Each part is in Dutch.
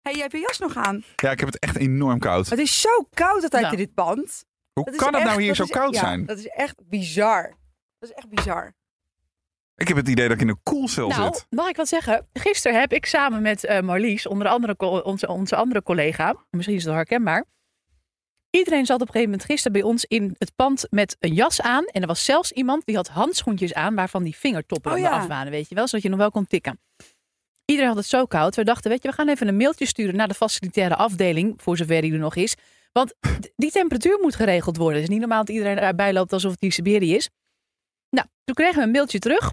hey, jij hebt je jas nog aan. Ja, ik heb het echt enorm koud. Het is zo koud altijd Ja. in dit pand. Hoe Dat is kan het echt- nou hier dat zo is- koud ja, zijn? Dat is echt bizar. Dat is echt bizar. Ik heb het idee dat ik in een koelcel Nou, zit. mag ik wat zeggen? Gisteren heb ik samen met eh, Marlies, onder andere co- onze, onze andere collega, misschien is het wel herkenbaar. Iedereen zat op een gegeven moment gisteren bij ons in het pand met een jas aan. En er was zelfs iemand die had handschoentjes aan waarvan die vingertoppen Oh dan ja. eraf waren, weet je wel. Zodat je nog wel kon tikken. Iedereen had het zo koud. We dachten, weet je, we gaan even een mailtje sturen naar de facilitaire afdeling, voor zover die er nog is. Want d- die temperatuur moet geregeld worden. Het is niet normaal dat iedereen erbij loopt alsof het hier Siberië is. Nou, toen kregen we een mailtje terug.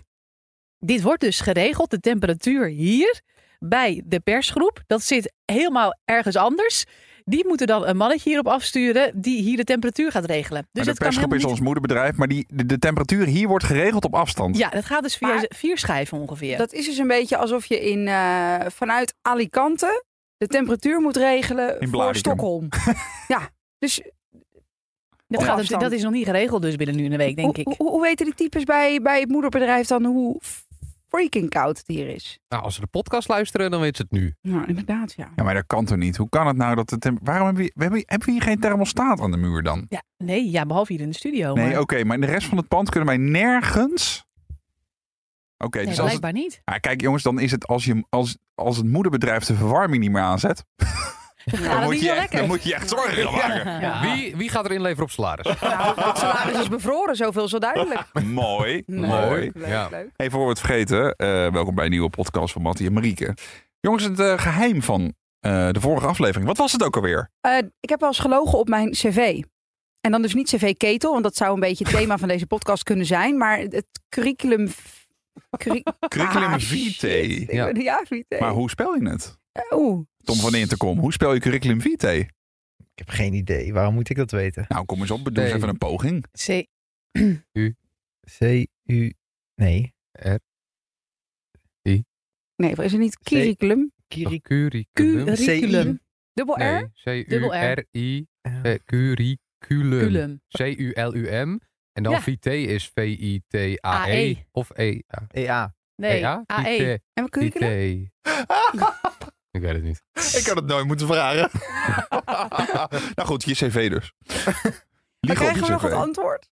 Dit wordt dus geregeld. De temperatuur hier bij de persgroep, dat zit helemaal ergens anders. Die moeten dan een mannetje hierop afsturen die hier de temperatuur gaat regelen. Dus Maar dat de kan persgroep is helemaal ons niet- moederbedrijf, maar die, de, de temperatuur hier wordt geregeld op afstand. Ja, dat gaat dus via Maar- vier schijven ongeveer. Dat is dus een beetje alsof je in, eh, vanuit Alicante de temperatuur moet regelen In voor Blaricum. Stockholm. ja, dus dat, op gaat, Oh, afstand. dat is nog niet geregeld dus binnen nu een week, denk hoe, ik. Hoe, hoe weten die types bij, bij het moederbedrijf dan hoe freaking koud het hier is? Nou, als ze de podcast luisteren, dan weten ze het nu. Nou, inderdaad, ja. Ja, maar dat kan toch niet? Hoe kan het nou dat de temp- Waarom hebben we, we hebben, hebben we hier geen thermostaat aan de muur dan? Ja, nee, ja, behalve hier in de studio. nee, maar- oké, maar in de rest van het pand kunnen wij nergens... Oké, nee, dus als het- blijkbaar niet. Ah, kijk jongens, dan is het als, je, als, als het moederbedrijf de verwarming niet meer aanzet, dan, dat moet is je wel echt, lekker. dan moet je echt zorgen gaan maken. Ja. Wie, wie gaat er inleveren op salaris? Nou, het salaris is bevroren, zoveel is wel duidelijk. Mooi, Leuk, mooi. Leuk, ja. leuk. Hey, voor we het vergeten, eh, welkom bij een nieuwe podcast van Mattie en Marieke. Jongens, het eh, geheim van eh, de vorige aflevering. Wat was het ook alweer? Eh, ik heb wel eens gelogen op mijn cv. En dan dus niet cv-ketel, want dat zou een beetje het thema van deze podcast kunnen zijn. Maar het curriculum... curri- Curriculum Ah, shit. vitae. Ik Ja. ben- Ja, vitae. Maar hoe spel je het? Eh, Oeh. Tom van Intercom, hoe spel je curriculum vitae? Ik heb geen idee. Waarom moet ik dat weten? Nou, kom eens op, doe eens Nee. even een poging. C- C-U... Nee. Nee, is het niet curriculum? Kiri... Curriculum. Curriculum. Dubbel R? Nee, Dubbel R. C-U-R-I. Eh, eh, Curriculum. Culum. C-U-L-U-M. En dan Ja. VT is V-I-T-A-E. AE. E Of E E-A. EA. Nee, E. EA? AE. VT. En curriculum? E. Ik weet het niet. Ik had het nooit moeten vragen. nou goed, je cv dus. Dan Lieg op krijgen we je nog cv. het antwoord.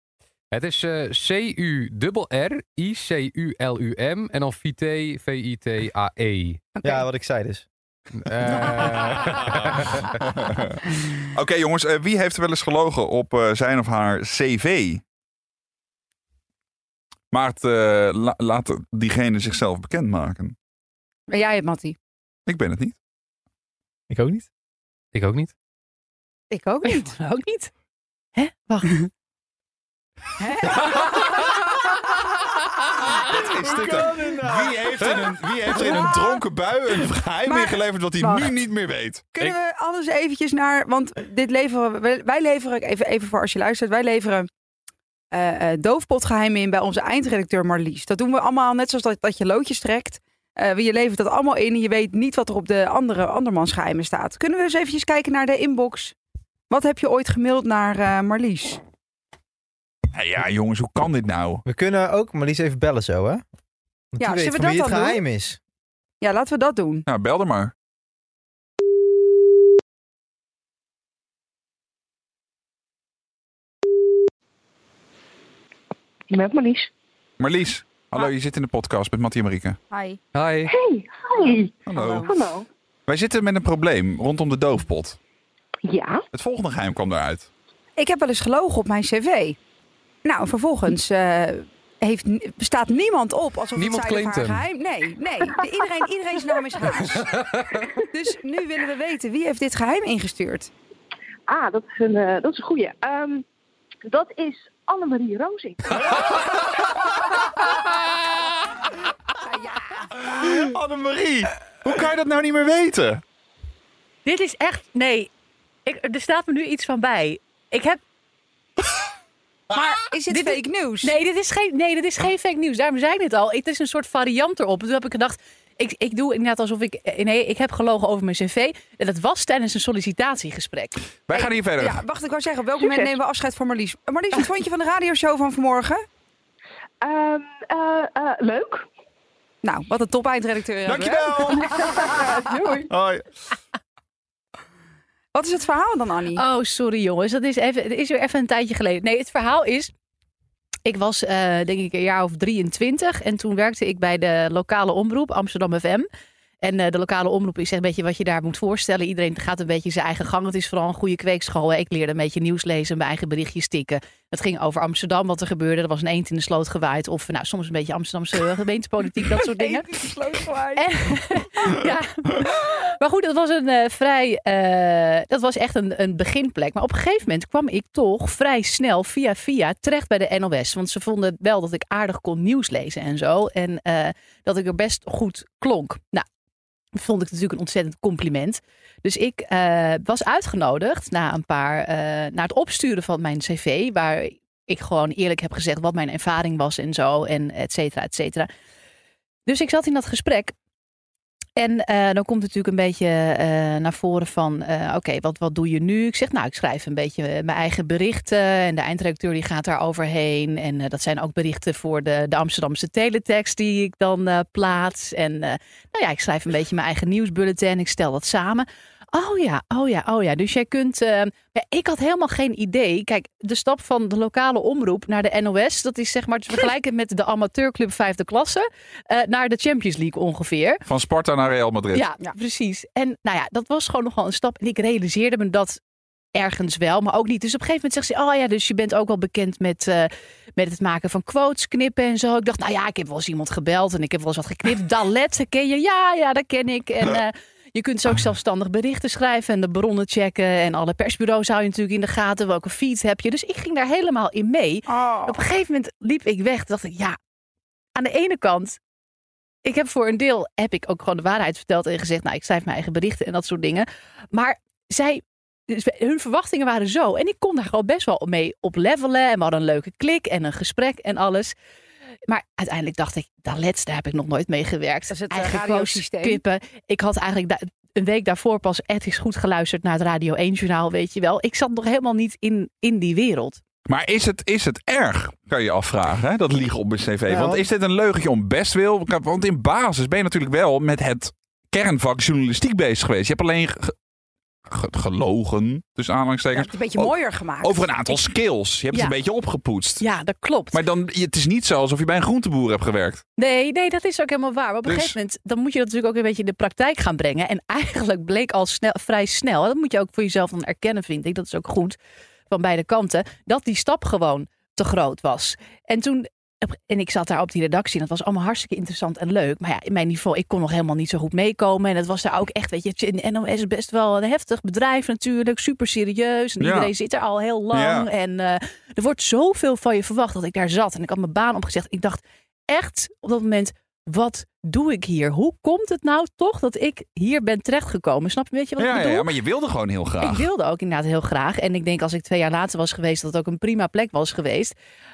Het is eh C-U-R-R-I-C-U-L-U-M. En dan VT, V-I-T-A-E. Oké. Ja, wat ik zei dus. Eh, Oké jongens, eh, wie heeft wel eens gelogen op eh, zijn of haar cv? Maart, eh, la- laat diegene zichzelf bekendmaken. En jij het, Mattie. Ik ben het niet. Ik ook niet. ik ook niet. Ik ook niet. Ook niet. Hè? Wacht. Wat is dit dan? Wie heeft in een, wie heeft in een dronken bui een geheim Maar- ingeleverd wat hij wacht. nu niet meer weet? Kunnen we alles eventjes naar... Want dit leveren, we- wij, leveren, even, even voor als je luistert, wij leveren eh eh, doofpotgeheimen in bij onze eindredacteur Marlies. Dat doen we allemaal net zoals dat, dat je loodjes trekt. Eh je levert dat allemaal in en je weet niet wat er op de andere andermans geheimen staat. Kunnen we eens eventjes kijken naar de inbox? Wat heb je ooit gemaild naar eh, Marlies? Nou ja jongens, hoe kan dit nou? We kunnen ook Marlies even bellen zo, hè? Want Ja, die weet zullen we van wie dat het dan doen? geheim is. Ja, laten we dat doen. Nou, bel er maar. Met Marlies. Marlies, Ah. hallo, je zit in de podcast met Mattie en Marieke. Hi. Hi. Hey, hi. Hallo. Hallo. Wij zitten met een probleem rondom de doofpot. Ja, Het volgende geheim kwam daaruit. ik heb wel eens gelogen op mijn cv. Nou, vervolgens eh, heeft, ni- staat niemand op alsof Niemand het zijn of haar claimt hem. geheim. Nee, nee. Iedereen, iedereen's naam is nou haas. dus nu willen we weten, wie heeft dit geheim ingestuurd? ah, dat is een, eh, dat is een goeie. Ehm, dat is Annemarie Rozing. Annemarie, hoe kan je dat nou niet meer weten? Dit is echt. Nee, ik, er staat me nu iets van bij. Ik heb. Maar is dit, Dit is- fake nieuws? Nee, dit is geen, nee, dit is geen fake nieuws. Daarom zei ik dit al. Het is een soort variant erop. Dus Toen heb ik gedacht. Ik, ik doe inderdaad alsof ik. eh, Nee, ik heb gelogen over mijn cv. En dat was tijdens een sollicitatiegesprek. Wij gaan hier verder. Ja, wacht, ik wou zeggen, op welk moment Succes. nemen we afscheid van Marlies? Eh, Marlies, wat vond je van de radioshow van vanmorgen? Ehm, eh, eh, leuk. Nou, wat een top eindredacteur hebben we, hè? Dankjewel. Doei. Hoi. Wat is het verhaal dan, Annie? Oh, sorry jongens. Dat is, even, het is weer even een tijdje geleden. Nee, het verhaal is... Ik was eh, denk ik een jaar of 23 en toen werkte ik bij de lokale omroep Amsterdam FM. En eh, de lokale omroep is echt een beetje wat je daar moet voorstellen. Iedereen gaat een beetje zijn eigen gang. Het is vooral een goede kweekschool. hè. Ik leerde een beetje nieuws lezen en mijn eigen berichtjes tikken. Het ging over Amsterdam, wat er gebeurde. Er was een eend in de sloot gewaaid. Of nou, soms een beetje Amsterdamse gemeentepolitiek, dat soort dingen. Ja. Maar goed, dat was een eh, vrij. eh, dat was echt een, een beginplek. Maar op een gegeven moment kwam ik toch vrij snel via via terecht bij de NOS. Want ze vonden wel dat ik aardig kon nieuws lezen en zo. En eh, dat ik er best goed klonk. Nou, dat vond ik natuurlijk een ontzettend compliment. Dus ik eh, was uitgenodigd na een paar. eh, na het opsturen van mijn cv. Waar ik gewoon eerlijk heb gezegd wat mijn ervaring was en zo. En et cetera, et cetera. Dus ik zat in dat gesprek en eh, dan komt natuurlijk een beetje eh, naar voren van, eh, oké, wat, wat doe je nu? Ik zeg, nou, ik schrijf een beetje eh, mijn eigen berichten. En de eindredacteur die gaat daar overheen. En eh, dat zijn ook berichten voor de, de Amsterdamse teletext die ik dan eh, plaats. En eh, nou ja, ik schrijf een beetje mijn eigen nieuwsbulletin. Ik stel dat samen. Oh ja, oh ja, oh ja. Dus jij kunt... eh, ja, ik had helemaal geen idee. Kijk, de stap van de lokale omroep naar de NOS... dat is zeg maar te vergelijken met de amateurclub vijfde klasse... eh, naar de Champions League ongeveer. Van Sparta naar Real Madrid. Ja, precies. En nou ja, dat was gewoon nogal een stap. En ik realiseerde me dat ergens wel, maar ook niet. Dus op een gegeven moment zegt ze, oh ja, dus je bent ook wel bekend met, eh, met het maken van quotes, knippen en zo. Ik dacht, nou ja, ik heb wel eens iemand gebeld en ik heb wel eens wat geknipt. Dalet, ken je? Ja, ja, dat ken ik. En eh, je kunt dus ook zelfstandig berichten schrijven en de bronnen checken. En alle persbureaus hou je natuurlijk in de gaten. Welke feeds heb je? Dus ik ging daar helemaal in mee. Oh. Op een gegeven moment liep ik weg. Dacht ik, ja, aan de ene kant, ik heb voor een deel heb ik ook gewoon de waarheid verteld en gezegd, nou, ik schrijf mijn eigen berichten en dat soort dingen. Maar zij, dus hun verwachtingen waren zo. En ik kon daar gewoon best wel mee op levelen. En we hadden een leuke klik en een gesprek en alles. Maar uiteindelijk dacht ik, dat laatste daar heb ik nog nooit mee gewerkt. Dat is het, eh, Eigen radiosysteem. quotes, kippen. Ik had eigenlijk da- een week daarvoor pas echt eens goed geluisterd naar het Radio 1-journaal, weet je wel. Ik zat nog helemaal niet in, in die wereld. Maar is het, is het erg, kan je je afvragen, hè? dat liegen op een cv. Ja. Want is dit een leugentje om best wil? Want in basis ben je natuurlijk wel met het kernvak journalistiek bezig geweest. Je hebt alleen ge- ge- gelogen, dus Je aanhalingstekens, hebt het een beetje Oh, O- mooier gemaakt. over een aantal skills. Je hebt Ja. het een beetje opgepoetst. Ja, dat klopt. Maar dan, je- het is niet zo alsof je bij een groenteboer hebt gewerkt. Nee, nee, dat is ook helemaal waar. Maar op een Dus- gegeven moment dan moet je dat natuurlijk ook een beetje in de praktijk gaan brengen. En eigenlijk bleek al snel, vrij snel, dat moet je ook voor jezelf dan erkennen, vind ik. Dat is ook goed van beide kanten. Dat die stap gewoon te groot was. En toen. En ik zat daar op die redactie en dat was allemaal hartstikke interessant en leuk. Maar ja, in mijn niveau, ik kon nog helemaal niet zo goed meekomen. En het was daar ook echt, weet je, het is- NOS is best wel een heftig bedrijf natuurlijk. Super serieus. En Ja. iedereen zit er al heel lang. Ja. En eh, er wordt zoveel van je verwacht dat ik daar zat. En ik had mijn baan opgezegd. Ik dacht echt op dat moment, wat doe ik hier? Hoe komt het nou toch dat ik hier ben terechtgekomen? Snap je, weet je wat ik Ja, ja, bedoel? ja, maar je wilde gewoon heel graag. Ik wilde ook inderdaad heel graag. En ik denk als ik twee jaar later was geweest, dat het ook een prima plek was geweest.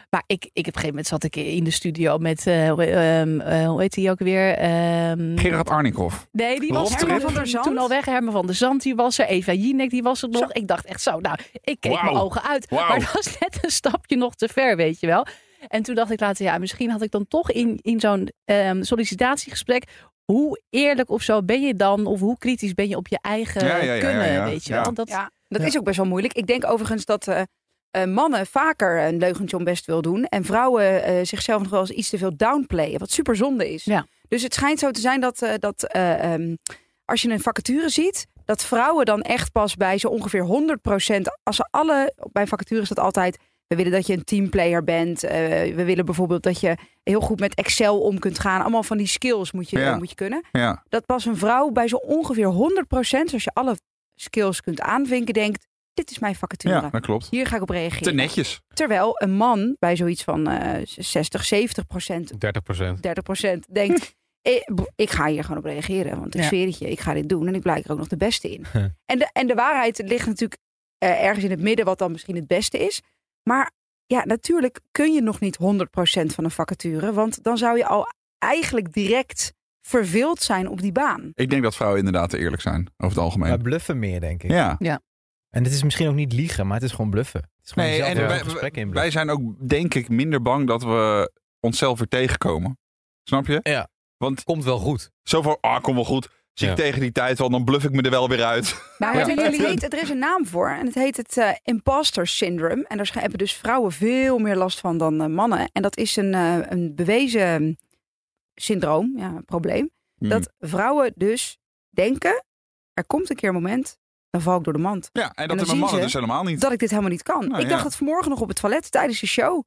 Maar ik, ik op een gegeven moment zat ik in de studio met, eh, hoe- ehm, eh, hoe heet die ook weer? Ehm, Gerard Arnikoff. nee, die Rob was Herman Trip. van der Zand. toen al weg. Herman van der Zand, die was er. Eva Jinek, die was er nog. Ik dacht echt zo, nou, ik keek Wauw. mijn ogen uit. Wauw. Maar dat was net een stapje nog te ver, weet je wel. En toen dacht ik later, ja, misschien had ik dan toch in, in zo'n ehm, sollicitatiegesprek... Hoe eerlijk of zo ben je dan? Of hoe kritisch ben je op je eigen Ja, ja, ja, kunnen, ja, ja. weet je Ja. wel? Dat, Ja, dat is ook best wel moeilijk. Ik denk overigens dat eh, eh, mannen vaker een leugentje om best wil doen. En vrouwen eh, zichzelf nog wel eens iets te veel downplayen. Wat super zonde is. Ja. Dus het schijnt zo te zijn dat, eh, dat eh, ehm, als je een vacature ziet... dat vrouwen dan echt pas bij zo ongeveer 100%... als ze alle... Bij een vacature is dat altijd... We willen dat je een teamplayer bent. eh, we willen bijvoorbeeld dat je heel goed met Excel om kunt gaan. Allemaal van die skills moet je, Ja. moet je kunnen Ja. dat pas een vrouw bij zo ongeveer 100%, als je alle skills kunt aanvinken, denkt: dit is mijn vacature. ja, dat klopt. Hier ga ik op Te reageren. netjes. Terwijl een man bij zoiets van eh, 60, 70 procent, 30 30 denkt: ik, ik ga hier gewoon op reageren. Want ik Ja. zweer het je, ik ga dit doen en ik blijk er ook nog de beste in. en, de, en de waarheid ligt natuurlijk eh, ergens in het midden, wat dan misschien het beste is. Maar ja, natuurlijk kun je nog niet 100% van een vacature, want dan zou je al eigenlijk direct verveeld zijn op die baan. Ik denk dat vrouwen inderdaad te eerlijk zijn, over het algemeen. Maar bluffen meer, denk ik. ja. En het is misschien ook niet liegen, maar het is gewoon bluffen. Het is gewoon Nee, en jezelf wij- een gesprek in Wij zijn ook, denk ik, minder bang dat we onszelf weer tegenkomen. Snap je? Ja. Want Komt wel goed. zoveel, ah, kom wel goed. Zie ik Ja. tegen die tijd wel, dan bluff ik me er wel weer uit. Nou, Ja. het, het heet, er is een naam voor en het heet het eh, imposter syndrome. En daar scha- hebben dus vrouwen veel meer last van dan eh, mannen. En dat is een, eh, een bewezen mm, syndroom, ja, een probleem. Hmm. Dat vrouwen dus denken, er komt een keer een moment, dan val ik door de mand. Ja, dan en dat hebben zien mannen ze- dus helemaal niet. Dat ik dit helemaal niet kan. Nou, ik dacht ja. dat vanmorgen nog op het toilet tijdens de show.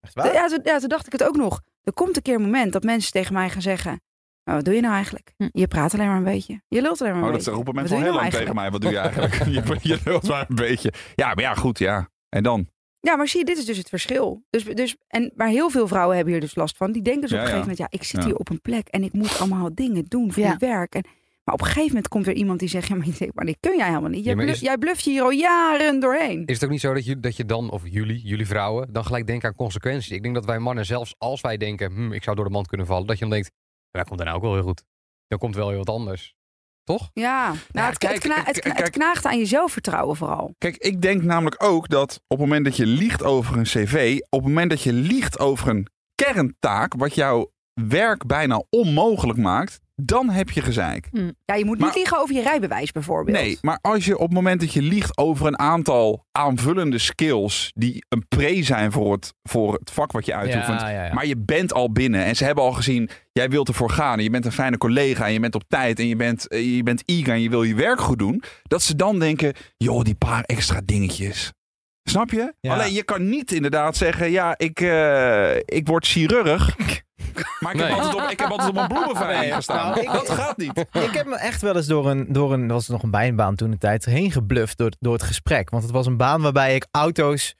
Echt De- waar? Ja, toen, ja, toen dacht ik het ook nog. Er komt een keer een moment dat mensen tegen mij gaan zeggen... "Nou, wat doe je nou eigenlijk? Hm. Je praat alleen maar een beetje. Je lult alleen maar een Oh, dat beetje. roepen Wat mensen al doe heel je lang nou eigenlijk?" tegen mij. Wat doe je eigenlijk? je, je lult maar een beetje. Ja, maar ja, goed, ja. En dan? Ja, maar zie je, dit is dus het verschil. Dus, dus, en, maar heel veel vrouwen hebben hier dus last van. Die denken dus Ja, op een ja. gegeven moment... ja, ik zit Ja. hier op een plek en ik moet allemaal dingen doen voor Ja. mijn werk. En, maar op een gegeven moment komt er iemand die zegt... ja, maar, je denkt, maar dit kun jij helemaal niet. Jij, Ja, maar bluf- is- jij bluft je hier al jaren doorheen. Is het ook niet zo dat je, dat je dan, of jullie, jullie vrouwen, dan gelijk denken aan consequenties? Ik denk dat wij mannen zelfs als wij denken, hm, ik zou door de mand kunnen vallen, dat je dan denkt, nou, dat komt daarna ook wel heel goed. Dan komt wel heel wat anders. Toch? Ja, nou, het, kijk, het, kna- ik- het, kna- het kijk. knaagt aan je zelfvertrouwen vooral. Kijk, ik denk namelijk ook dat op het moment dat je liegt over een cv, op het moment dat je liegt over een kerntaak, wat jouw werk bijna onmogelijk maakt, dan heb je gezeik. Ja, je moet Maar- niet liegen over je rijbewijs bijvoorbeeld. Nee, maar als je op het moment dat je liegt over een aantal aanvullende skills die een pre zijn voor het, voor het vak wat je uitoefent, ja, ja. Maar je bent al binnen en ze hebben al gezien, jij wilt ervoor gaan en je bent een fijne collega en je bent op tijd en je bent, eh, je bent eager en je wil je werk goed doen. Dat ze dan denken, joh, die paar extra dingetjes. Snap je? Ja. Alleen je kan niet inderdaad zeggen, ja, ik, eh, ik word chirurg. Maar ik, Nee. heb altijd op, ik heb altijd op een bloemenvereniging gestaan. Nou, ik- dat gaat niet. Ik heb me echt wel eens door een, door een, was het nog een bijbaan toen een tijd, heen gebluft door, door het gesprek. Want het was een baan waarbij ik auto's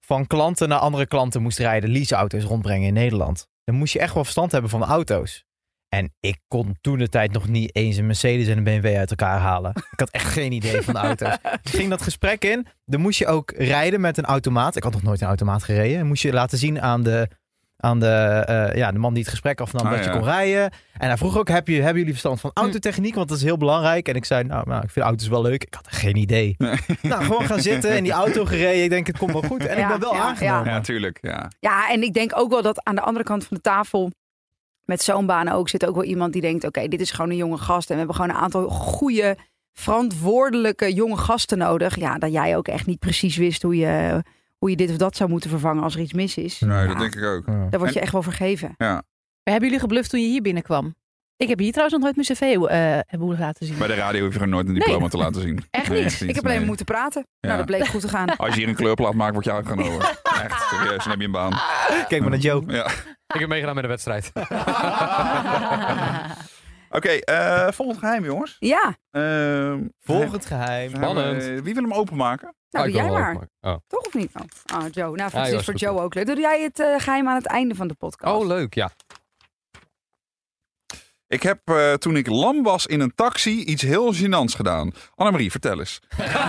van klanten naar andere klanten moest rijden, leaseauto's rondbrengen in Nederland. Dan moest je echt wel verstand hebben van auto's. En ik kon toen de tijd nog niet eens een Mercedes en een BMW uit elkaar halen. Ik had echt geen idee van de auto's. Ik ging dat gesprek in. Dan moest je ook rijden met een automaat. Ik had nog nooit een automaat gereden. Dan moest je laten zien aan de, aan de, eh, ja, de man die het gesprek afnam Ah, dat ja. je kon rijden. En hij vroeg ook, heb je, hebben jullie verstand Hm. van autotechniek? Want dat is heel belangrijk. En ik zei, nou, nou ik vind auto's wel leuk. Ik had echt geen idee. Nou, gewoon gaan zitten in die auto gereden. Ik denk, het komt wel goed. En Ja, ik ben wel ja, aangenomen. Ja, tuurlijk. Ja. Ja, en ik denk ook wel dat aan de andere kant van de tafel. Met zo'n baan ook zit ook wel iemand die denkt: oké, dit is gewoon een jonge gast. En we hebben gewoon een aantal goede, verantwoordelijke jonge gasten nodig. Ja, dat jij ook echt niet precies wist hoe je, hoe je dit of dat zou moeten vervangen als er iets mis is. Ja, ik ook. Ja. Daar word je echt wel vergeven. Maar hebben jullie gebluft toen je hier binnenkwam? Ik heb hier trouwens nog nooit mijn cv eh, hebben hoeven laten zien. Bij de radio hoef je gewoon nooit een diploma te laten zien. echt Nee, niet. Ik heb alleen nee. moeten praten. Ja. Nou, dat bleek goed te gaan. Als je hier een kleurplaat maakt, word je uitgenomen. Echt, serieus, dan heb je een baan. Kijk maar naar Joe. Ja. Ah. Ik heb meegedaan met een wedstrijd. Nou, Oké, eh, volgend geheim, jongens. Ja, nou, Ehm, Volgend geheim. we hebben- Spannend. Wie wil hem openmaken? nou Oh, ik doe jij wil wel maar. even maken. Toch of niet? Oh, Ah, Joe. Nou, Ja, het joh, is is voor goed, Joe hoor. ook leuk. Doe jij het eh, geheim aan het einde van de Oh. podcast? oh, leuk, ja. Ik heb eh, toen ik lam was in een taxi iets heel gênants gedaan. Annemarie, vertel eens.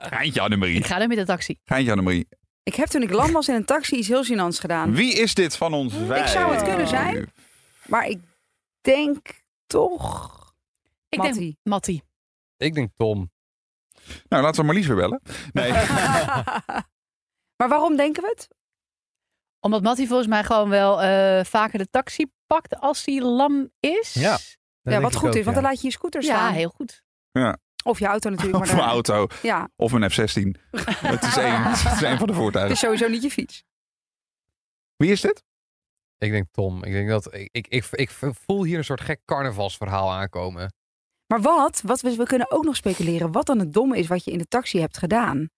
Geintje Annemarie. Ik ga er met de taxi. Geintje Annemarie. Ik heb toen ik lam was in een taxi iets heel gênants gedaan. Wie is dit van ons vijf? zou het kunnen zijn. Maar ik denk toch. Ik denk Mattie. Mattie. Ik denk Tom. Nou, laten we Marlies weer bellen. Nee. maar waarom denken we het? Omdat Mattie volgens mij gewoon wel eh, vaker de taxi pakt als hij lam is. Ja, Dat ja, denk wat ik goed ook, is, want dan ja. laat je je scooter staan. ja heel goed. Of je auto natuurlijk. Maar Of mijn daar- auto. Ja, Of mijn F-16. het, is één, het is één van de het voertuigen. is sowieso niet je fiets. Wie is dit? Ik denk Tom. Ik denk dat ik, ik, ik, ik voel hier een soort gek carnavalsverhaal aankomen. Maar wat, wat we, we kunnen ook nog speculeren, wat dan het domme is wat je in de taxi hebt gedaan.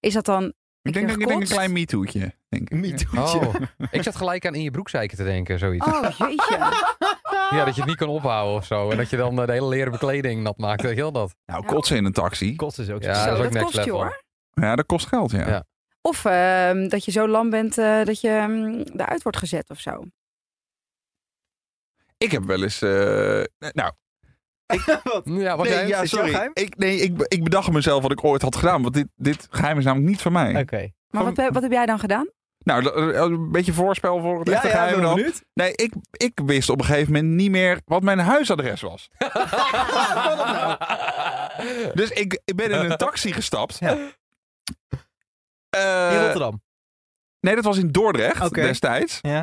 Is dat dan. Ik denk, dat- ik denk een gekotst? klein MeToo'tje. Denk ik. Oh, ik zat gelijk aan in je broekzeiken te denken, zoiets. Oh jeetje. Ja, dat je het niet kan ophouden of zo. En dat je dan eh, de hele leren bekleding nat maakt. Heel dat. Nou, kotsen in een taxi. Kost is ook zo. Ja, Zo, dat is ook dat next kost je, level. hoor. Ja, dat kost geld, ja. Ja. Of ehm, dat je zo lam bent eh, dat je ehm, eruit wordt gezet of zo. Ik heb wel eens... eh, nou, Ja, wat nee, jij? ja, Is het jouw sorry. geheim? Ik, nee, ik, be- ik bedacht mezelf wat ik ooit had gedaan. Want dit, dit geheim is namelijk niet van mij. Oké. Maar wat, wat heb jij dan gedaan? Nou, l- l- een beetje voorspel voor het echte geheim dan. Nee, ik, ik wist op een gegeven moment niet meer wat mijn huisadres was. Dus ik, ik ben in een taxi gestapt. Ja. Eh, In Rotterdam. Eh, nee, dat was in Dordrecht Oké. destijds. Ja.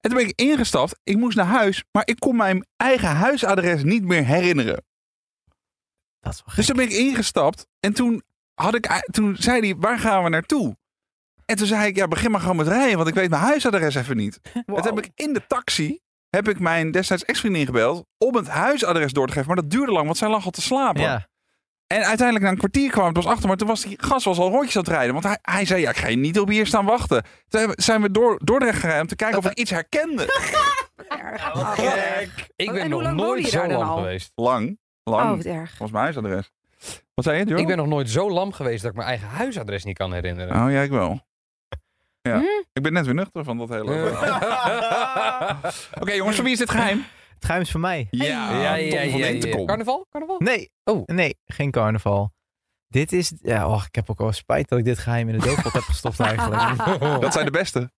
En toen ben ik ingestapt. Ik moest naar huis, maar ik kon mijn eigen huisadres niet meer herinneren. Dat is wel Dus toen ben ik ingestapt en toen, had ik, ei- toen zei hij, waar gaan we naartoe? En toen zei ik, ja, begin maar gewoon met rijden, want ik weet mijn huisadres even niet. En toen heb ik in de taxi, heb ik mijn destijds ex-vriendin gebeld om het huisadres door te geven. Maar dat duurde lang, want zij lag al te slapen. Ja. En uiteindelijk na een kwartier kwam het pas achter, maar toen was die gast was al rondjes aan het rijden. Want hij, hij zei, ja, ik ga je niet op hier staan wachten. Toen hebben- zijn we door Dordrecht gereden om te kijken of ik iets herkende. Erg. Ik En ben hoe nog lang woonde nooit je zo daar dan lam al? geweest. Lang, Oh, lang. wat erg. was mijn huisadres. Wat zei je, Joe? Ik ben nog nooit zo lam geweest dat ik mijn eigen huisadres niet kan herinneren. Ah. Oh ja, ik wel. Ja. Ik ben net weer nuchter van dat hele. Eh. Oké, jongens, voor wie is dit geheim? Het geheim is voor mij. Ja, Tom van Entekom. Carnaval? Carnaval? Nee, Oh. nee, geen carnaval. Dit is... Ja, oh, ik heb ook wel spijt dat ik dit geheim in de doofpot heb gestopt eigenlijk. Dat zijn de beste.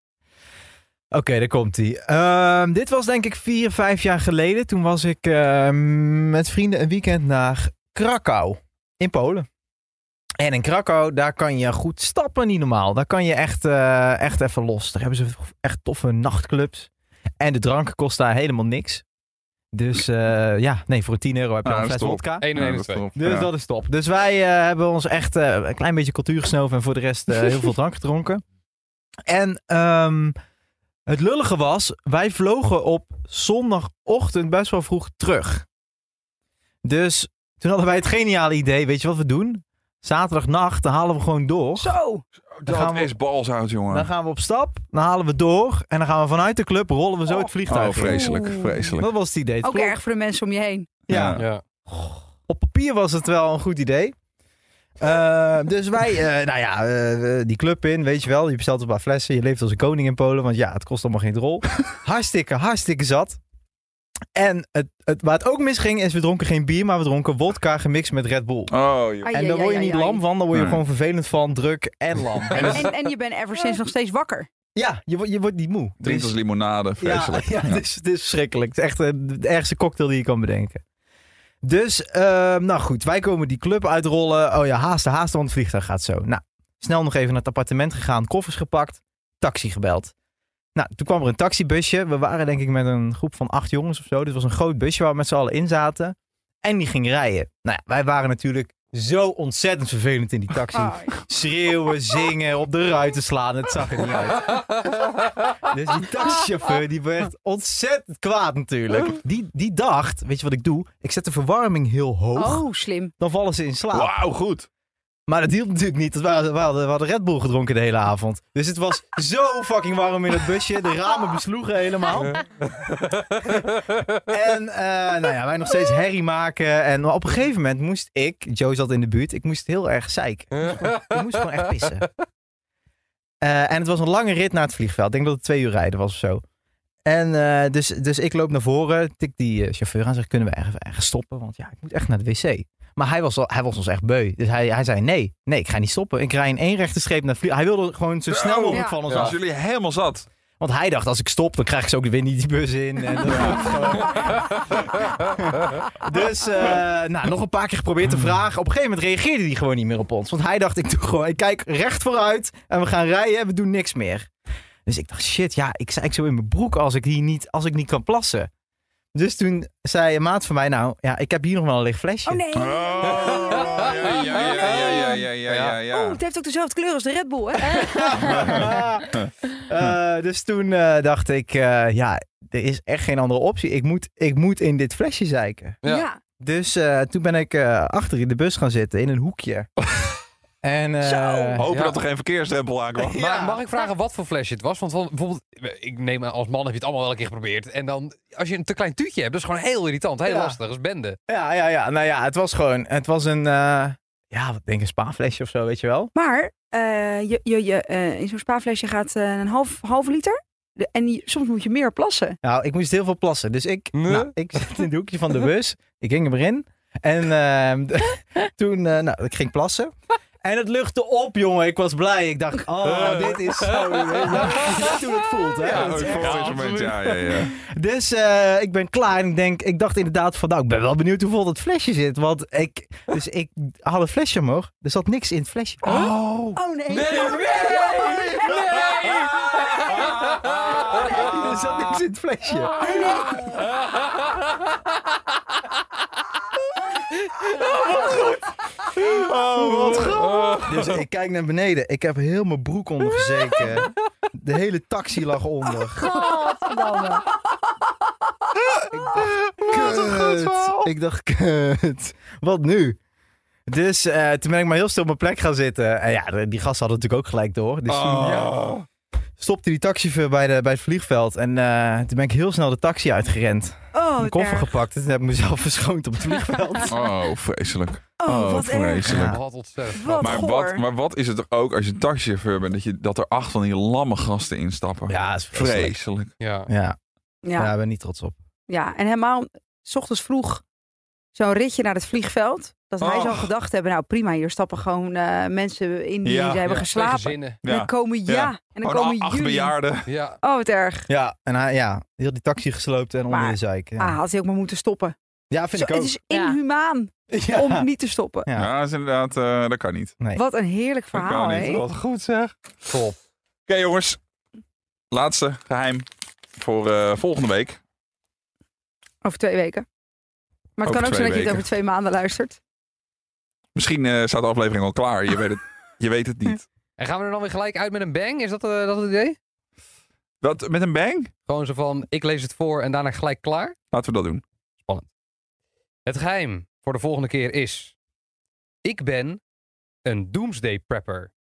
Oké, daar komt hij. dit was denk ik vier, vijf jaar geleden. Toen was ik ehm, met vrienden een weekend naar Krakau in Polen. En in Krakau, daar kan je goed stappen, niet normaal. Daar kan je echt, eh, echt even los. Daar hebben ze echt toffe nachtclubs. En de drank kost daar helemaal niks. Dus eh, ja, nee, voor 10 euro heb je Ah, al een dat is fles top. vodka. 1 en 1 is dat is 2. top. Dus Ja. dat is top. Dus wij eh, hebben ons echt eh, een klein beetje cultuur gesnoven en voor de rest eh, heel veel drank gedronken. En ehm, het lullige was, wij vlogen op zondagochtend best wel vroeg terug. Dus toen hadden wij het geniale idee, weet je wat we doen? Zaterdagnacht, dan halen we gewoon door. Zo. Dat gaan we- is bals uit, jongen. Dan gaan we op stap, dan halen we door en dan gaan we vanuit de club rollen we zo het vliegtuig. Oh, in. vreselijk, Oeh. vreselijk. Dat was het idee. Het Ook klopt. erg voor de mensen om je heen. Ja. Ja. op papier was het wel een goed idee. Eh, dus wij, eh, nou ja, eh, die club in, weet je wel. Je bestelt een paar flessen, je leeft als een koning in Polen. Want ja, het kost allemaal geen drol. hartstikke, hartstikke zat. En het, het, waar het ook misging is, we dronken geen bier, maar we dronken wodka gemixt met Red Bull. Oh, joh. Ai, En ai, daar word je ai, niet ai. lam van, daar word je Nee. gewoon vervelend van, druk en lam. En dat is- En, en je bent ever sinds nog steeds wakker. ja, je, wordt- je wordt niet moe. Drink als Dus- limonade, vreselijk. ja, ja, Het, is, het is verschrikkelijk. Het is echt eh, de ergste cocktail die je kan bedenken. Dus, ehm, nou goed, wij komen die club uitrollen. Oh ja, haasten, haasten, want het vliegtuig gaat zo. Nou, snel nog even naar het appartement gegaan, koffers gepakt, taxi gebeld. Nou, toen kwam er een taxibusje. We waren denk ik met een groep van acht jongens of zo. Dit was een groot busje waar we met z'n allen in zaten. En die ging rijden. Nou ja, wij waren natuurlijk zo ontzettend vervelend in die taxi. Ah, Schreeuwen, zingen, op de ruiten slaan. Het zag er niet uit. Dus die taxichauffeur die werd ontzettend kwaad natuurlijk. Die, die dacht, weet je wat ik doe? Ik zet de verwarming heel hoog, oh, slim. dan vallen ze in slaap. Wauw, goed. Maar dat hielp natuurlijk niet, want we hadden, we, hadden, we hadden Red Bull gedronken de hele avond. Dus het was zo fucking warm in het busje. De ramen besloegen helemaal. En eh, nou ja, wij nog steeds herrie maken. En op een gegeven moment moest ik, Joe zat in de buurt, ik moest heel erg zeiken. Ik moest gewoon echt pissen. Eh, en het was een lange rit naar het vliegveld. Ik denk dat het twee uur rijden was of zo. En eh, dus, dus ik loop naar voren, tik die eh, chauffeur aan, zeg kunnen we ergens, ergens stoppen? Want ja, ik moet echt naar de wc. Maar hij was, al, hij was ons echt beu. Dus hij, hij zei nee, nee, ik ga niet stoppen. Ik rij in één rechte streep naar het vliegveld. Hij wilde gewoon zo snel mogelijk Ja. van ons Ja. Als af. jullie helemaal zat. Want hij dacht, als ik stop, dan krijg ik ze ook weer niet die bus in. En dan dus eh, nou, nog een paar keer geprobeerd te vragen. Op een gegeven moment reageerde hij gewoon niet meer op ons. Want hij dacht, ik, doe gewoon, ik kijk recht vooruit en we gaan rijden en we doen niks meer. Dus ik dacht, shit, ja, ik zei zo in mijn broek als ik, hier niet, als ik niet kan plassen. Dus toen zei een maat van mij, nou, ja, ik heb hier nog wel een licht flesje. Oh nee. Oh, ja, ja, ja, ja, ja, ja, ja, ja. Oeh, Oh, het heeft ook dezelfde kleur als de Red Bull, hè? Eh, dus toen eh, dacht ik, eh, ja, er is echt geen andere optie. Ik moet, ik moet in dit flesje zeiken. Ja. Dus eh, toen ben ik eh, achter in de bus gaan zitten, in een hoekje. en eh, Hopen Ja. dat er geen verkeersdrempel aankwam. Maar mag ik vragen wat voor flesje het was? Want van- bijvoorbeeld, ik neem aan, als man heb je het allemaal wel een keer geprobeerd. En dan, als je een te klein tuutje hebt, dat is gewoon heel irritant, heel Ja. lastig. Dat is bende. ja, ja, ja, nou ja, het was gewoon, het was een, eh, ja, wat denk ik, een spaaflesje of zo, weet je wel. Maar eh, je, je, je, eh, in zo'n spaaflesje gaat eh, een half, half liter. De- en je- soms moet je meer plassen. Nou, ik moest heel veel plassen, dus ik, Nee. nou, ik zat in het hoekje van de bus, ik ging erin. En eh, toen, eh, nou, ik ging plassen. En het luchtte op, jongen. Ik was blij. Ik dacht, oh, dit is zo... Je weet hoe het voelt, hè? Ja, Dat is voor echt- het moment, ja, ja, ja. Dus eh, ik ben klaar en ik denk, ik dacht inderdaad van, nou, ik ben wel benieuwd hoe vol dat flesje zit. Want ik, dus ik haal het flesje omhoog, er zat niks in het flesje. Oh nee. nee, Oh, nee. Dus zat niks in het flesje. Oh, wat grappig. Dus ik kijk naar beneden. Ik heb heel mijn broek ondergezeken. De hele taxi lag onder. Godverdamme. Kut. Ik dacht, kut. Wat nu? Dus eh, toen ben ik maar heel stil op mijn plek gaan zitten. En ja, de- die gasten hadden natuurlijk ook gelijk door. Dus toen Oh. stopte die taxichauffeur bij, de, bij het vliegveld. En eh, toen ben ik heel snel de taxi uitgerend. Oh, Mijn wat koffer erg. gepakt. En toen heb ik mezelf verschoond op het vliegveld. Oh, vreselijk. Oh, wat erg. vreselijk. Wat ontzettend. Wat Maar goor. wat, maar wat is het toch ook als je taxichauffeur bent, dat, je, dat er acht van die lamme gasten instappen? Ja, is vreselijk. vreselijk. Ja. Ja, Ja. ja, Ja. ik ben niet trots op. en helemaal s ochtends vroeg zo'n ritje naar het vliegveld. Dat hij zal Och. gedacht hebben, nou prima, hier stappen gewoon eh, mensen in die Ja, ze ja, hebben Ja, geslapen. twee gezinnen. En dan Ja. komen ja, Ja. en dan Oh, komen nou, acht jullie. bejaarden. Ja. Oh, wat erg. Ja, en hij, ja, heel die taxi gesloopt en onder Maar- de zeik. Ja, Ah, had hij ook maar moeten stoppen. ja vind Zo, ik ook. Het is Ja. inhumaan Ja. om niet te stoppen. Ja. Ja, dat is inderdaad, eh, dat kan niet. Nee. Wat een heerlijk Dat verhaal, kan niet. hè? Wat goed zeg. Top. Oké jongens, laatste geheim voor eh, volgende week. Over twee weken. Maar het Over kan ook twee zijn dat je het weken. over twee maanden luistert. Misschien eh, staat de aflevering al klaar, je weet het, je weet het niet. En gaan we er dan weer gelijk uit met een bang? Is dat, eh, dat het idee? Wat, met een bang? Gewoon zo van, ik lees het voor en daarna gelijk klaar. Laten we dat doen. Het geheim voor de volgende keer is... Ik ben een doomsday prepper.